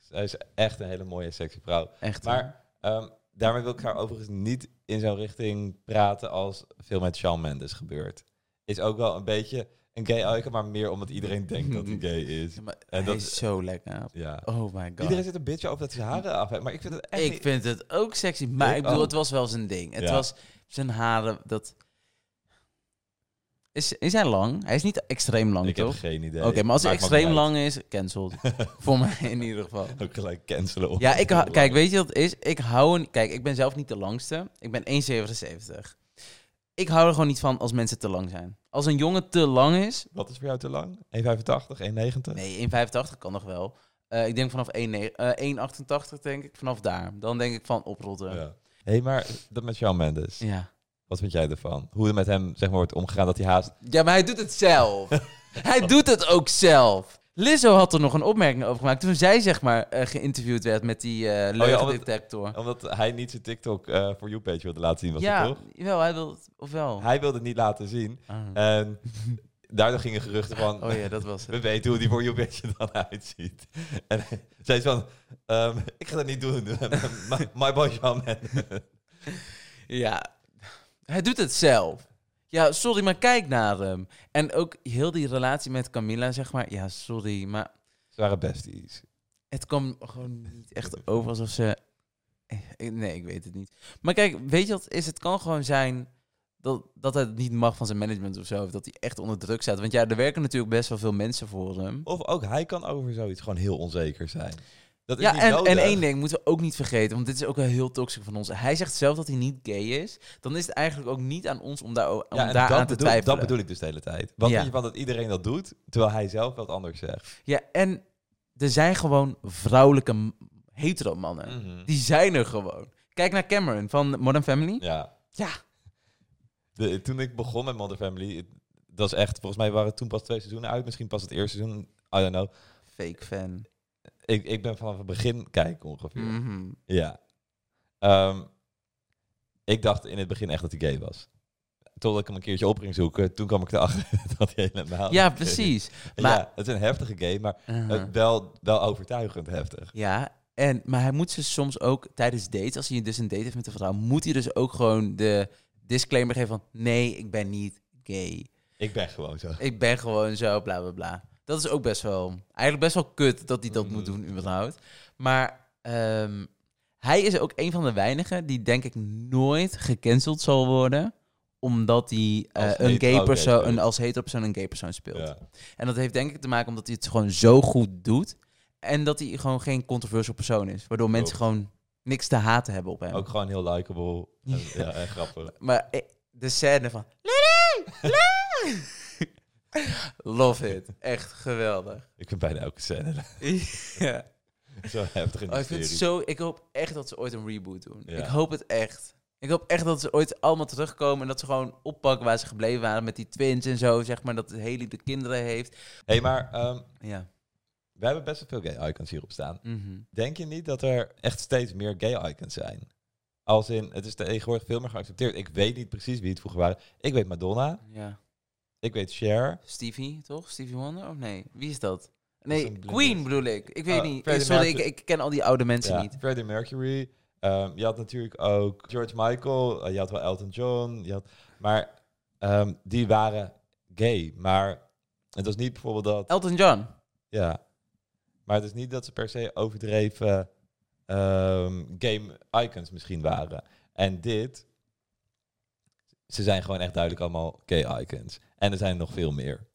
[SPEAKER 1] Zij is echt een hele mooie sexy vrouw.
[SPEAKER 2] Echt. eh.
[SPEAKER 1] Maar ehm, daarmee wil ik haar overigens niet in zo'n richting praten als veel met Shawn Mendes gebeurt. Is ook wel een beetje een gay icon, maar meer omdat iedereen denkt dat hij gay is.
[SPEAKER 2] Ja, maar
[SPEAKER 1] en
[SPEAKER 2] hij
[SPEAKER 1] dat-
[SPEAKER 2] is zo lekker.
[SPEAKER 1] Ja.
[SPEAKER 2] Oh my god.
[SPEAKER 1] Iedereen zit een beetje over dat hij zijn haren af heeft, maar ik vind het echt
[SPEAKER 2] Ik
[SPEAKER 1] niet-
[SPEAKER 2] vind het ook sexy, maar ik,
[SPEAKER 1] Ik
[SPEAKER 2] bedoel,
[SPEAKER 1] ook.
[SPEAKER 2] het was wel zijn ding. Het
[SPEAKER 1] Ja.
[SPEAKER 2] was zijn haren, dat... Is, is hij lang? Hij is niet extreem lang,
[SPEAKER 1] Ik heb
[SPEAKER 2] toch?
[SPEAKER 1] geen idee.
[SPEAKER 2] Oké, maar als hij
[SPEAKER 1] Maakt me ook
[SPEAKER 2] extreem
[SPEAKER 1] niet
[SPEAKER 2] lang is, cancelled. Voor mij in ieder geval.
[SPEAKER 1] uit. Ook gelijk cancelen. op.
[SPEAKER 2] Ja, ik hou- kijk, weet je wat het is? Ik hou een... Kijk, ik ben zelf niet de langste. Ik ben 1,77. Ik hou er gewoon niet van als mensen te lang zijn. Als een jongen te lang is...
[SPEAKER 1] Wat is voor jou te lang? 1,85, 1,90?
[SPEAKER 2] Nee, 1,85 kan nog wel. Eh, ik denk vanaf 1,9 eh, 1,88 denk ik, vanaf daar. Dan denk ik van oprotten.
[SPEAKER 1] Ja. Hé, maar dat met Shawn Mendes.
[SPEAKER 2] ja.
[SPEAKER 1] Wat vind jij ervan? Hoe er met hem zeg maar, wordt omgegaan dat hij haast...
[SPEAKER 2] Ja, maar hij doet het zelf. hij doet het ook zelf. Lizzo had er nog een opmerking over gemaakt toen zij zeg maar eh, geïnterviewd werd met die eh
[SPEAKER 1] omdat-
[SPEAKER 2] leugendetector.
[SPEAKER 1] Omdat hij niet zijn TikTok eh voor you page wilde laten zien, was het
[SPEAKER 2] ja,
[SPEAKER 1] toch?
[SPEAKER 2] wel, hij wil het- of wel.
[SPEAKER 1] Hij wilde het niet laten zien.
[SPEAKER 2] Ah.
[SPEAKER 1] En daardoor gingen geruchten van...
[SPEAKER 2] Oh ja, dat was het.
[SPEAKER 1] We weten hoe die voor you page er dan uitziet. En zij is van... ehm, ik ga dat niet doen. my, my boy Jean Man.
[SPEAKER 2] Ja, hij doet het zelf. Ja, sorry, maar kijk naar hem. En ook heel die relatie met Camilla, zeg maar. Ja, sorry, maar
[SPEAKER 1] Ze waren besties.
[SPEAKER 2] het kwam gewoon niet echt over alsof ze. Eh, Nee, ik weet het niet. Maar kijk, weet je wat het is? Het kan gewoon zijn dat, dat het niet mag van zijn management of zo. Of dat hij echt onder druk staat. Want ja, er werken natuurlijk best wel veel mensen voor hem.
[SPEAKER 1] Of ook hij kan over zoiets gewoon heel onzeker zijn. Dat is
[SPEAKER 2] Ja,
[SPEAKER 1] niet
[SPEAKER 2] en,
[SPEAKER 1] nodig.
[SPEAKER 2] en één ding moeten we ook niet vergeten, want dit is ook wel heel toxic van ons. Hij zegt zelf dat hij niet gay is. Dan is het eigenlijk ook niet aan ons om daar, om
[SPEAKER 1] Ja, en
[SPEAKER 2] daar
[SPEAKER 1] dat
[SPEAKER 2] aan te
[SPEAKER 1] bedoel,
[SPEAKER 2] twijfelen.
[SPEAKER 1] Dat bedoel ik dus de hele tijd. Wat
[SPEAKER 2] Ja.
[SPEAKER 1] vind je van dat iedereen dat doet, terwijl hij zelf wat anders zegt?
[SPEAKER 2] Ja, en er zijn gewoon vrouwelijke m- hetero mannen.
[SPEAKER 1] Mhm.
[SPEAKER 2] Die zijn er gewoon. Kijk naar Cameron van Modern Family.
[SPEAKER 1] Ja.
[SPEAKER 2] Ja.
[SPEAKER 1] De- toen ik begon met Mother Family, het- dat is echt, volgens mij waren het toen pas twee seizoenen uit, misschien pas het eerste seizoen, I don't know.
[SPEAKER 2] Fake fan.
[SPEAKER 1] Ik, ik ben vanaf het begin kijken ongeveer.
[SPEAKER 2] Mhm.
[SPEAKER 1] Ja. Ehm, ik dacht in het begin echt dat hij gay was. Totdat ik hem een keertje op ging zoeken, toen kwam ik erachter dat hij helemaal
[SPEAKER 2] Ja,
[SPEAKER 1] niet gay is.
[SPEAKER 2] precies. Maar-
[SPEAKER 1] Ja, het is een heftige game, maar
[SPEAKER 2] Uh-huh.
[SPEAKER 1] Oh, Eh, wel, wel overtuigend heftig.
[SPEAKER 2] Ja, en, maar hij moet ze soms ook tijdens dates, als hij dus een date heeft met een vrouw, moet hij dus ook gewoon de disclaimer geven van nee, ik ben niet gay.
[SPEAKER 1] Ik ben gewoon zo.
[SPEAKER 2] Ik ben gewoon zo, bla bla bla. Dat is ook best wel, eigenlijk best wel kut dat hij dat
[SPEAKER 1] Mm.
[SPEAKER 2] moet doen, überhaupt. Maar ehm, hij is ook een van de weinigen die denk ik nooit gecanceld zal worden omdat hij eh,
[SPEAKER 1] Als
[SPEAKER 2] een
[SPEAKER 1] hetero
[SPEAKER 2] gay
[SPEAKER 1] gay
[SPEAKER 2] persoon,
[SPEAKER 1] speelt.
[SPEAKER 2] een, als hetero persoon een gay persoon speelt.
[SPEAKER 1] Ja.
[SPEAKER 2] En dat heeft denk ik te maken omdat hij het gewoon zo goed doet. En dat hij gewoon geen controversial persoon is. Waardoor mensen gewoon niks te haten hebben op hem.
[SPEAKER 1] Ook gewoon heel likable. En, ja. en grappig.
[SPEAKER 2] Maar eh, de scène van... Lily! Lily! Love it. Echt geweldig.
[SPEAKER 1] Ik vind bijna elke scène
[SPEAKER 2] ja.
[SPEAKER 1] zo heftig in
[SPEAKER 2] Oh,
[SPEAKER 1] de
[SPEAKER 2] ik, vind
[SPEAKER 1] serie.
[SPEAKER 2] het zo, ik hoop echt dat ze ooit een reboot doen.
[SPEAKER 1] Ja.
[SPEAKER 2] Ik hoop het echt. Ik hoop echt dat ze ooit allemaal terugkomen en dat ze gewoon oppakken waar ze gebleven waren met die twins en zo, zeg maar, dat Haley de kinderen heeft.
[SPEAKER 1] hey, maar ehm,
[SPEAKER 2] Ja.
[SPEAKER 1] we hebben best wel veel gay icons hierop staan.
[SPEAKER 2] Mhm.
[SPEAKER 1] Denk je niet dat er echt steeds meer gay icons zijn? Als in, het is tegenwoordig veel meer geaccepteerd. Ik weet niet precies wie het vroeger waren. Ik weet Madonna.
[SPEAKER 2] Ja.
[SPEAKER 1] Ik weet Cher.
[SPEAKER 2] Stevie, toch? Stevie Wonder? Of nee? Wie is dat?
[SPEAKER 1] is
[SPEAKER 2] Nee,
[SPEAKER 1] een blinde.
[SPEAKER 2] Queen bedoel ik. Ik weet
[SPEAKER 1] Ah,
[SPEAKER 2] niet.
[SPEAKER 1] Freddie
[SPEAKER 2] Sorry, ik,
[SPEAKER 1] Mercury.
[SPEAKER 2] ik ken al die oude mensen
[SPEAKER 1] Ja,
[SPEAKER 2] niet.
[SPEAKER 1] Freddie Mercury. Ehm, je had natuurlijk ook George Michael. eh, je had wel Elton John. Je had, maar ehm, die waren gay. Maar het was niet bijvoorbeeld dat...
[SPEAKER 2] Elton John.
[SPEAKER 1] Ja. Maar het is niet dat ze per se overdreven ehm, game icons misschien waren. En dit, ze zijn gewoon echt duidelijk allemaal gay icons. En er zijn nog veel meer.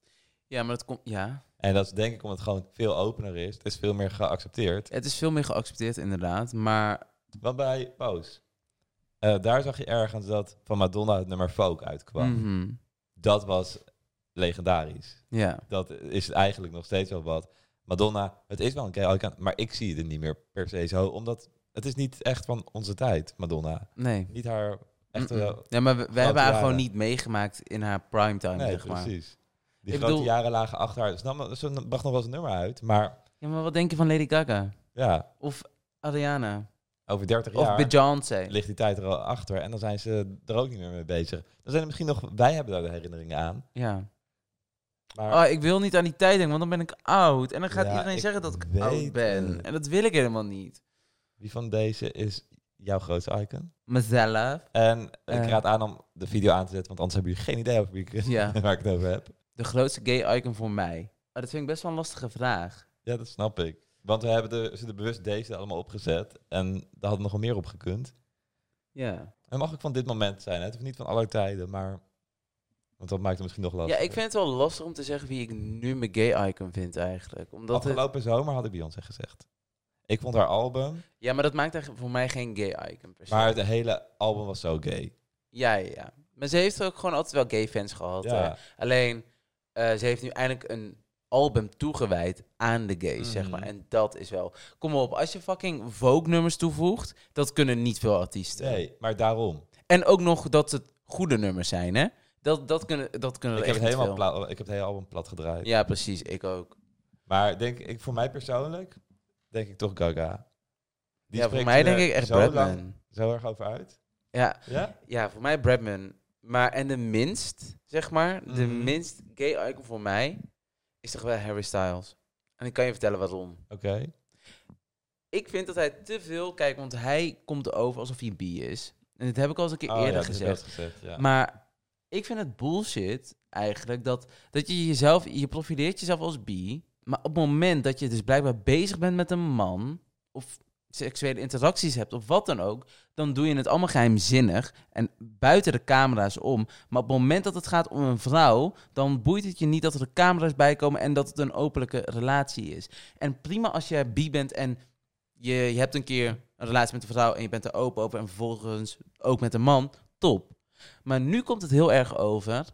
[SPEAKER 2] Ja, maar dat komt. Ja.
[SPEAKER 1] En dat is denk ik omdat het gewoon veel opener is. Het is veel meer geaccepteerd.
[SPEAKER 2] Het is veel meer geaccepteerd, inderdaad. Maar.
[SPEAKER 1] Want bij Pose, eh, daar zag je ergens dat van Madonna het nummer Folk uitkwam.
[SPEAKER 2] Mhm.
[SPEAKER 1] Dat was legendarisch.
[SPEAKER 2] Ja.
[SPEAKER 1] Dat is eigenlijk nog steeds wel wat. Madonna, het is wel een gay icon, maar ik zie het er niet meer per se zo. Omdat het is niet echt van onze tijd, Madonna.
[SPEAKER 2] Nee.
[SPEAKER 1] Niet haar echte...
[SPEAKER 2] Mm-mm. Ja, maar we, we hebben haar
[SPEAKER 1] jaren.
[SPEAKER 2] gewoon niet meegemaakt in haar primetime,
[SPEAKER 1] nee,
[SPEAKER 2] zeg maar.
[SPEAKER 1] precies. Die
[SPEAKER 2] Ik
[SPEAKER 1] grote
[SPEAKER 2] bedoel-
[SPEAKER 1] jaren lagen achter haar. Snap, je? ze bracht nog wel eens een nummer uit, maar
[SPEAKER 2] Ja, maar wat denk je van Lady Gaga?
[SPEAKER 1] ja,
[SPEAKER 2] Of Ariana?
[SPEAKER 1] over 30
[SPEAKER 2] Of
[SPEAKER 1] jaar
[SPEAKER 2] Beyoncé?
[SPEAKER 1] ligt die tijd er al achter. En dan zijn ze er ook niet meer mee bezig. Dan zijn er misschien nog... Wij hebben daar de herinneringen aan.
[SPEAKER 2] Ja.
[SPEAKER 1] Maar
[SPEAKER 2] Oh, ik wil niet aan die tijd denken, want dan ben ik oud. En dan gaat
[SPEAKER 1] Ja,
[SPEAKER 2] iedereen
[SPEAKER 1] ik
[SPEAKER 2] zeggen dat ik
[SPEAKER 1] weet
[SPEAKER 2] oud ben.
[SPEAKER 1] het.
[SPEAKER 2] En dat wil ik helemaal niet.
[SPEAKER 1] wie van deze is jouw grootste icon?
[SPEAKER 2] Mezelf.
[SPEAKER 1] En ik
[SPEAKER 2] Eh.
[SPEAKER 1] raad aan om de video aan te zetten, want anders hebben jullie geen idee over wie ik,
[SPEAKER 2] Ja.
[SPEAKER 1] waar ik het over heb.
[SPEAKER 2] De grootste gay icon voor mij? Oh, dat vind ik best wel een lastige vraag.
[SPEAKER 1] Ja, dat snap ik. Want we hebben de, ze er bewust deze allemaal opgezet. En daar hadden nog wel meer op gekund.
[SPEAKER 2] Ja.
[SPEAKER 1] En mag ook van dit moment zijn. Hè? Het hoeft niet van alle tijden, maar... Want dat maakt het misschien nog
[SPEAKER 2] Ja,
[SPEAKER 1] lastig.
[SPEAKER 2] ik vind het wel lastig om te zeggen wie ik nu mijn gay icon vind eigenlijk. Omdat het-
[SPEAKER 1] Afgelopen zomer had ik Beyoncé gezegd. Ik vond haar album,
[SPEAKER 2] Ja, maar dat maakt eigenlijk voor mij geen gay icon per se.
[SPEAKER 1] maar het hele album was zo gay.
[SPEAKER 2] Ja, ja, ja. Maar ze heeft ook gewoon altijd wel gay fans gehad. hè.
[SPEAKER 1] Ja,
[SPEAKER 2] Alleen, eh, ze heeft nu eindelijk een album toegewijd aan de gays, zeg
[SPEAKER 1] Mhm.
[SPEAKER 2] maar. En dat is wel... Kom op, als je fucking Vogue-nummers toevoegt, dat kunnen niet veel artiesten.
[SPEAKER 1] nee, maar daarom.
[SPEAKER 2] En ook nog dat het goede nummers zijn, hè? Dat, dat kunnen, dat kunnen
[SPEAKER 1] Ik
[SPEAKER 2] we
[SPEAKER 1] heb,
[SPEAKER 2] echt
[SPEAKER 1] het helemaal
[SPEAKER 2] niet veel.
[SPEAKER 1] pla- ik heb het hele album plat gedraaid.
[SPEAKER 2] Ja, precies. Ik ook.
[SPEAKER 1] Maar denk ik, voor mij persoonlijk, denk ik toch Gaga. Die
[SPEAKER 2] ja, voor
[SPEAKER 1] spreekt
[SPEAKER 2] mij
[SPEAKER 1] me
[SPEAKER 2] denk ik echt
[SPEAKER 1] zo lang-
[SPEAKER 2] Bradman.
[SPEAKER 1] zo erg over uit.
[SPEAKER 2] Ja,
[SPEAKER 1] Ja?
[SPEAKER 2] ja, voor mij Bradman. Maar en de minst, zeg maar, de
[SPEAKER 1] Mhm.
[SPEAKER 2] minst gay icon voor mij is toch wel Harry Styles. En ik kan je vertellen waarom.
[SPEAKER 1] Oké. Oh
[SPEAKER 2] Ik vind dat hij te veel kijkt, want hij komt over alsof hij een bi is. En dat heb ik al eens een keer
[SPEAKER 1] Oh,
[SPEAKER 2] eerder
[SPEAKER 1] ja, dat heb ik wel
[SPEAKER 2] gezegd.
[SPEAKER 1] eens gezegd, ja.
[SPEAKER 2] Maar ik vind het bullshit eigenlijk dat, dat je jezelf, je profileert jezelf als bi. Maar op het moment dat je dus blijkbaar bezig bent met een man, of seksuele interacties hebt, of wat dan ook, dan doe je het allemaal geheimzinnig en buiten de camera's om. Maar op het moment dat het gaat om een vrouw, dan boeit het je niet dat er camera's bij komen en dat het een openlijke relatie is. En prima als jij bi bent en je, je hebt een keer een relatie met een vrouw en je bent er open over en vervolgens ook met een man, top. Maar nu komt het heel erg over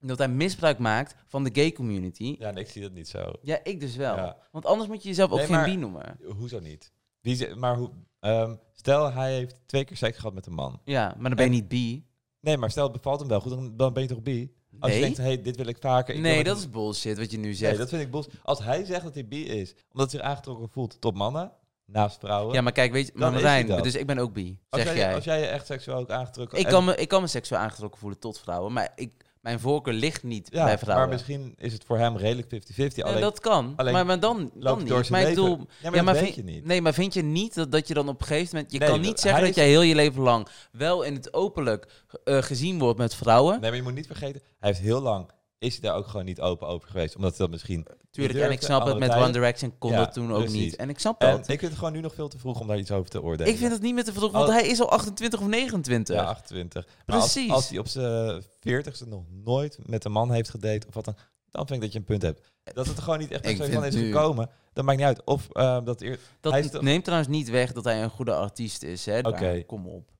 [SPEAKER 2] dat hij misbruik maakt van de gay community. Ja,
[SPEAKER 1] ja, nee, ik zie dat niet zo.
[SPEAKER 2] ik dus wel.
[SPEAKER 1] Ja.
[SPEAKER 2] Want anders moet je jezelf ook
[SPEAKER 1] Nee,
[SPEAKER 2] geen
[SPEAKER 1] maar-
[SPEAKER 2] bi noemen.
[SPEAKER 1] Hoezo niet? Wie ze- maar hoe, ehm, stel, hij heeft twee keer seks gehad met een man.
[SPEAKER 2] Ja, maar dan ben je
[SPEAKER 1] En-
[SPEAKER 2] niet bi.
[SPEAKER 1] Nee, maar stel, het bevalt hem wel goed, dan, dan ben je toch bi? Als je
[SPEAKER 2] Nee.
[SPEAKER 1] denkt, hey, dit wil ik vaker. ik wil
[SPEAKER 2] Nee,
[SPEAKER 1] met
[SPEAKER 2] dat
[SPEAKER 1] een-
[SPEAKER 2] is bullshit wat je nu
[SPEAKER 1] Nee,
[SPEAKER 2] zegt.
[SPEAKER 1] dat vind ik bos. Als hij zegt dat hij bi is, omdat hij zich aangetrokken voelt tot mannen, naast vrouwen.
[SPEAKER 2] Ja, maar kijk, weet je,
[SPEAKER 1] Dan is hij
[SPEAKER 2] Marijn,
[SPEAKER 1] dat.
[SPEAKER 2] dus ik ben ook bi,
[SPEAKER 1] als,
[SPEAKER 2] zeg
[SPEAKER 1] jij,
[SPEAKER 2] jij.
[SPEAKER 1] als jij je echt seksueel ook aangetrokken
[SPEAKER 2] ik, kan me, ik kan me seksueel aangetrokken voelen tot vrouwen, maar ik, mijn voorkeur ligt niet
[SPEAKER 1] ja,
[SPEAKER 2] bij vrouwen.
[SPEAKER 1] Maar misschien is het voor hem redelijk 50-50.
[SPEAKER 2] Ja,
[SPEAKER 1] alleen
[SPEAKER 2] dat kan,
[SPEAKER 1] alleen
[SPEAKER 2] maar, maar dan, dan
[SPEAKER 1] loopt door
[SPEAKER 2] niet.
[SPEAKER 1] zijn
[SPEAKER 2] Maar ik
[SPEAKER 1] leven.
[SPEAKER 2] bedoel,
[SPEAKER 1] Ja, maar
[SPEAKER 2] ja,
[SPEAKER 1] dat
[SPEAKER 2] maar
[SPEAKER 1] weet
[SPEAKER 2] vind-
[SPEAKER 1] je niet.
[SPEAKER 2] Nee, maar vind je niet dat, dat je dan op een gegeven moment... Je
[SPEAKER 1] Nee,
[SPEAKER 2] kan
[SPEAKER 1] dat-
[SPEAKER 2] niet zeggen
[SPEAKER 1] hij
[SPEAKER 2] dat jij heel je leven lang wel in het openlijk eh, gezien wordt met vrouwen.
[SPEAKER 1] Nee, maar je moet niet vergeten, hij heeft heel lang, is hij daar ook gewoon niet open over geweest. Omdat hij dat misschien...
[SPEAKER 2] Tuurlijk,
[SPEAKER 1] je
[SPEAKER 2] en ik
[SPEAKER 1] durfde
[SPEAKER 2] snap het,
[SPEAKER 1] andere
[SPEAKER 2] met
[SPEAKER 1] tijden.
[SPEAKER 2] One Direction kon
[SPEAKER 1] Ja,
[SPEAKER 2] dat toen ook
[SPEAKER 1] precies.
[SPEAKER 2] niet. En ik snap
[SPEAKER 1] En
[SPEAKER 2] dat.
[SPEAKER 1] ik vind het gewoon nu nog veel te vroeg om daar iets over te oordelen.
[SPEAKER 2] ik vind het niet meer te vroeg, want
[SPEAKER 1] Al-
[SPEAKER 2] hij is al 28 of 29.
[SPEAKER 1] Ja, 28. Maar als-
[SPEAKER 2] Precies.
[SPEAKER 1] Als, hij op zijn 40ste nog nooit met een man heeft gedate of wat dan, dan vind ik dat je een punt hebt. Dat het er gewoon niet echt
[SPEAKER 2] Ik
[SPEAKER 1] per se van
[SPEAKER 2] vind
[SPEAKER 1] is
[SPEAKER 2] nu-
[SPEAKER 1] gekomen, dat maakt niet uit. Of ehm, dat eer...
[SPEAKER 2] dat
[SPEAKER 1] hij is toch-
[SPEAKER 2] neemt trouwens niet weg dat hij een goede artiest is. Hè? Daar-
[SPEAKER 1] Oké.
[SPEAKER 2] Kom op.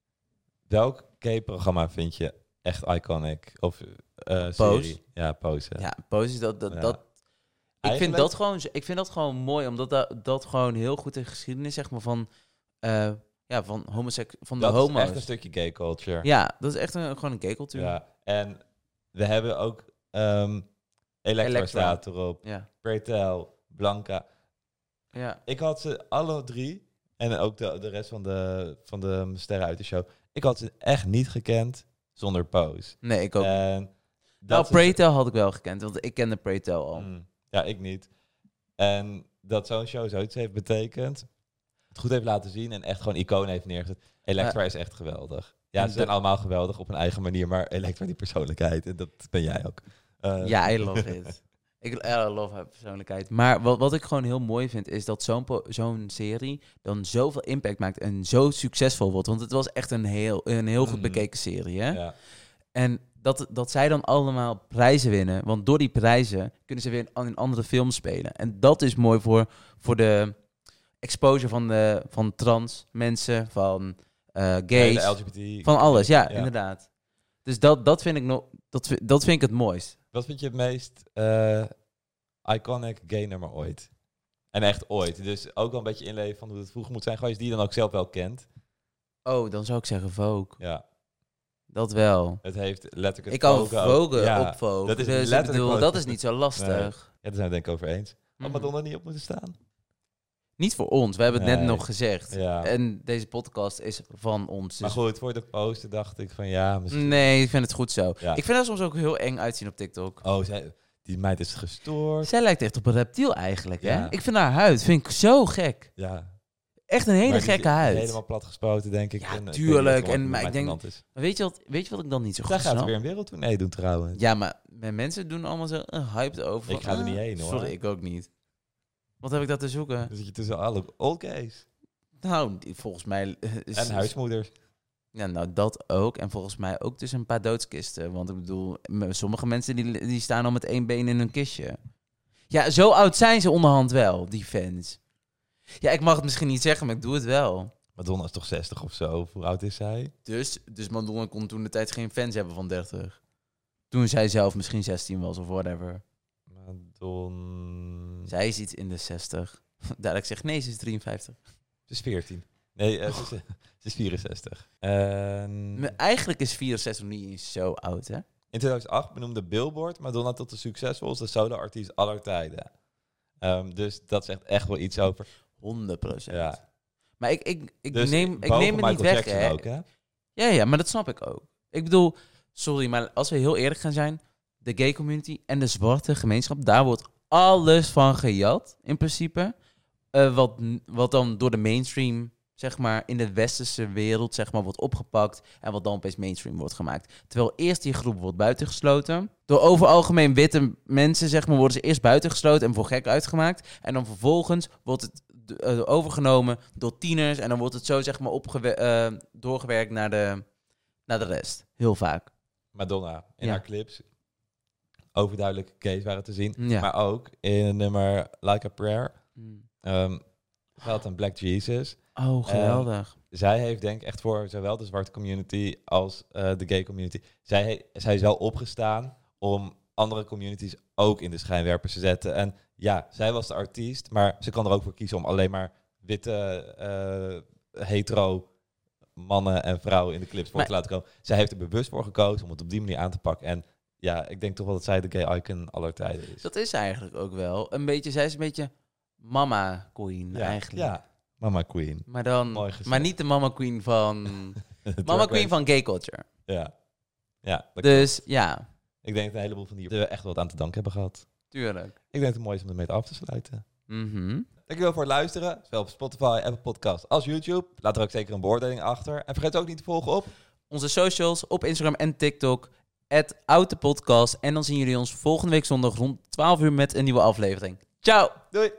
[SPEAKER 1] welk gay-programma vind je echt iconic? Of eh eh, serie? Ja, pose.
[SPEAKER 2] Ja, positie, dat, dat,
[SPEAKER 1] Ja.
[SPEAKER 2] dat, Ik vind,
[SPEAKER 1] Eigenlijk-
[SPEAKER 2] dat gewoon, zo- ik vind dat gewoon mooi, omdat da- dat gewoon heel goed in geschiedenis, zeg maar, van, eh, ja, van, homoseks van de
[SPEAKER 1] dat is
[SPEAKER 2] homo's.
[SPEAKER 1] echt een stukje gay culture.
[SPEAKER 2] ja, dat is echt een, gewoon een gay cultuur. Ja.
[SPEAKER 1] Ja, En we hebben ook ehm Elektra,
[SPEAKER 2] Elektra.
[SPEAKER 1] staat erop,
[SPEAKER 2] Ja.
[SPEAKER 1] Pretel, Blanca.
[SPEAKER 2] ja.
[SPEAKER 1] Ik had ze alle drie. En ook de, de rest van de, van de sterren uit de show. Ik had ze echt niet gekend zonder Pose.
[SPEAKER 2] Nee, ik ook. niet.
[SPEAKER 1] En Eh,
[SPEAKER 2] nou,
[SPEAKER 1] is-
[SPEAKER 2] Pretel had ik wel gekend, want ik kende Pretel al.
[SPEAKER 1] Mm, ja, ik niet. En dat zo'n show zoiets heeft betekend. Het goed heeft laten zien en echt gewoon icoon heeft neergezet. Elektra is echt geweldig. Ja,
[SPEAKER 2] en
[SPEAKER 1] ze zijn
[SPEAKER 2] dat-
[SPEAKER 1] allemaal geweldig op hun eigen manier. Maar Elektra die persoonlijkheid, en dat ben jij ook. Eh,
[SPEAKER 2] Ja, I love it. Ik eh, I love haar persoonlijkheid. Maar wat, wat ik gewoon heel mooi vind, is dat zo'n po- zo'n serie dan zoveel impact maakt en zo succesvol wordt. Want het was echt een heel, een heel goed
[SPEAKER 1] Mhm.
[SPEAKER 2] bekeken serie, hè?
[SPEAKER 1] ja.
[SPEAKER 2] En dat, dat zij dan allemaal prijzen winnen. Want door die prijzen kunnen ze weer in, an- in andere films spelen. En dat is mooi voor, voor de exposure van, de, van trans mensen, van eh gays,
[SPEAKER 1] Hele LGBT.
[SPEAKER 2] van alles. Ja,
[SPEAKER 1] Ja.
[SPEAKER 2] inderdaad. Dus dat, dat, vind ik nog dat, vi- dat vind ik het mooist.
[SPEAKER 1] Wat vind je het meest eh, iconic gay nummer ooit? En echt ooit. Dus ook wel een beetje inleven van hoe het vroeger moet zijn geweest. Die je dan ook zelf wel kent.
[SPEAKER 2] Oh, dan zou ik zeggen Vogue.
[SPEAKER 1] Ja,
[SPEAKER 2] Dat wel.
[SPEAKER 1] het heeft letterlijk het
[SPEAKER 2] ik kan
[SPEAKER 1] Vogue ook-
[SPEAKER 2] Vogue
[SPEAKER 1] ja,
[SPEAKER 2] op Vogue.
[SPEAKER 1] dat is
[SPEAKER 2] dus ik
[SPEAKER 1] letterlijk
[SPEAKER 2] bedoel,
[SPEAKER 1] wat-
[SPEAKER 2] dat is niet zo lastig.
[SPEAKER 1] Ja, daar zijn we denk ik over eens. Had
[SPEAKER 2] Mhm.
[SPEAKER 1] Madonna niet op moeten staan?
[SPEAKER 2] Niet voor ons. We hebben het net
[SPEAKER 1] Nee.
[SPEAKER 2] nog gezegd.
[SPEAKER 1] Ja.
[SPEAKER 2] En deze podcast is van ons.
[SPEAKER 1] maar
[SPEAKER 2] Dus
[SPEAKER 1] goed, voor de poster dacht ik van ja, misschien...
[SPEAKER 2] Nee, ik vind het goed zo.
[SPEAKER 1] Ja.
[SPEAKER 2] Ik vind haar soms ook heel eng uitzien op TikTok.
[SPEAKER 1] Oh, zij, die meid is gestoord.
[SPEAKER 2] Zij lijkt echt op een reptiel eigenlijk, hè?
[SPEAKER 1] Ja.
[SPEAKER 2] Ik vind haar huid vind ik zo gek.
[SPEAKER 1] Ja.
[SPEAKER 2] Echt een hele
[SPEAKER 1] maar die is
[SPEAKER 2] gekke huid.
[SPEAKER 1] Helemaal platgespoten, denk ik.
[SPEAKER 2] Ja,
[SPEAKER 1] En eh, ik weet niet
[SPEAKER 2] tuurlijk.
[SPEAKER 1] wat er
[SPEAKER 2] En- maar
[SPEAKER 1] met
[SPEAKER 2] ik denk-
[SPEAKER 1] iemand is.
[SPEAKER 2] Maar Weet, je wat, weet je wat ik dan niet zo
[SPEAKER 1] Zij
[SPEAKER 2] goed
[SPEAKER 1] gaat
[SPEAKER 2] snap?
[SPEAKER 1] weer een wereldtournee doen trouwens.
[SPEAKER 2] Ja, maar mijn mensen doen allemaal zo eh, hyped over.
[SPEAKER 1] Ik
[SPEAKER 2] van,
[SPEAKER 1] ga er
[SPEAKER 2] ah,
[SPEAKER 1] niet heen, hoor.
[SPEAKER 2] Sorry, ik ook niet. Wat heb ik dat te zoeken?
[SPEAKER 1] Dan zit je tussen alle old gays.
[SPEAKER 2] Nou, die- volgens mij... eh, is-
[SPEAKER 1] En huismoeders.
[SPEAKER 2] Ja, nou, dat ook. En volgens mij ook tussen een paar doodskisten. Want ik bedoel, m- sommige mensen die, die staan al met één been in hun kistje. Ja, zo oud zijn ze onderhand wel, die fans. Ja, ik mag het misschien niet zeggen, maar ik doe het wel.
[SPEAKER 1] Madonna is toch 60 of zo? Hoe oud is zij?
[SPEAKER 2] Dus, dus Madonna kon toen de tijd geen fans hebben van 30. Toen zij zelf misschien 16 was of whatever.
[SPEAKER 1] Madonna...
[SPEAKER 2] Zij is iets in de 60. Dadelijk zegt nee, ze is 53.
[SPEAKER 1] Ze is 14. Nee, eh, ze, is, ze is 64. En
[SPEAKER 2] Maar Eigenlijk is 64 niet eens zo oud, hè?
[SPEAKER 1] in 2008 benoemde Billboard Madonna tot de succesvolste solo-artiest aller tijden. Ehm, dus dat zegt echt wel iets over.
[SPEAKER 2] 100 procent.
[SPEAKER 1] Ja.
[SPEAKER 2] Maar ik, ik, ik
[SPEAKER 1] Dus
[SPEAKER 2] neem, ik
[SPEAKER 1] boven
[SPEAKER 2] neem het niet
[SPEAKER 1] Michael
[SPEAKER 2] weg,
[SPEAKER 1] Jackson
[SPEAKER 2] hè?
[SPEAKER 1] ook, hè?
[SPEAKER 2] Ja, ja, maar dat snap ik ook. Ik bedoel, sorry, maar als we heel eerlijk gaan zijn... de gay community en de zwarte gemeenschap... daar wordt alles van gejat, in principe. Eh, wat, n- wat dan door de mainstream, zeg maar... in de westerse wereld, zeg maar, wordt opgepakt... en wat dan opeens mainstream wordt gemaakt. Terwijl eerst die groep wordt buitengesloten. Door over algemeen witte mensen, zeg maar... worden ze eerst buitengesloten en voor gek uitgemaakt. En dan vervolgens wordt het eh, overgenomen door tieners... en dan wordt het zo, zeg maar, opgewe- eh, doorgewerkt naar de, naar de rest. Heel vaak.
[SPEAKER 1] Madonna in
[SPEAKER 2] Ja.
[SPEAKER 1] haar clips. Overduidelijk gays waren te zien.
[SPEAKER 2] Ja.
[SPEAKER 1] Maar ook in het nummer Like a Prayer ehm geldt aan Black Jesus.
[SPEAKER 2] Mm. Oh, geweldig.
[SPEAKER 1] Zij heeft denk ik echt voor zowel de zwarte community als eh, de gay community. Zij, he- zij is wel opgestaan om andere communities ook in de schijnwerpers te zetten. En ja, zij was de artiest, maar ze kan er ook voor kiezen om alleen maar witte, eh, hetero mannen en vrouwen in de clips voor
[SPEAKER 2] Maar-
[SPEAKER 1] te laten komen. Zij heeft er bewust voor gekozen om het op die manier aan te pakken. En ja, ik denk toch wel dat zij de gay icon aller tijden is.
[SPEAKER 2] dat is zij eigenlijk ook wel een beetje... Zij is een beetje mama queen,
[SPEAKER 1] ja,
[SPEAKER 2] eigenlijk.
[SPEAKER 1] Ja, Mama Queen.
[SPEAKER 2] Maar dan...
[SPEAKER 1] Mooi gezegd.
[SPEAKER 2] Maar niet de mama queen van... mama
[SPEAKER 1] Drag
[SPEAKER 2] queen
[SPEAKER 1] race.
[SPEAKER 2] van gay culture.
[SPEAKER 1] Ja. Ja, dat
[SPEAKER 2] Dus ja,
[SPEAKER 1] Ik denk dat een heleboel van die er echt wat aan te danken hebben gehad.
[SPEAKER 2] tuurlijk.
[SPEAKER 1] Ik denk dat het mooi is om ermee af te sluiten.
[SPEAKER 2] Mhm.
[SPEAKER 1] Dankjewel voor het luisteren. Zowel op Spotify, Apple Podcast als YouTube. Laat er ook zeker een beoordeling achter. En vergeet ook niet te volgen op.
[SPEAKER 2] Onze socials op Instagram en TikTok. Het Oude Podcast. En dan zien jullie ons volgende week zondag rond 12 uur met een nieuwe aflevering. Ciao!
[SPEAKER 1] Doei!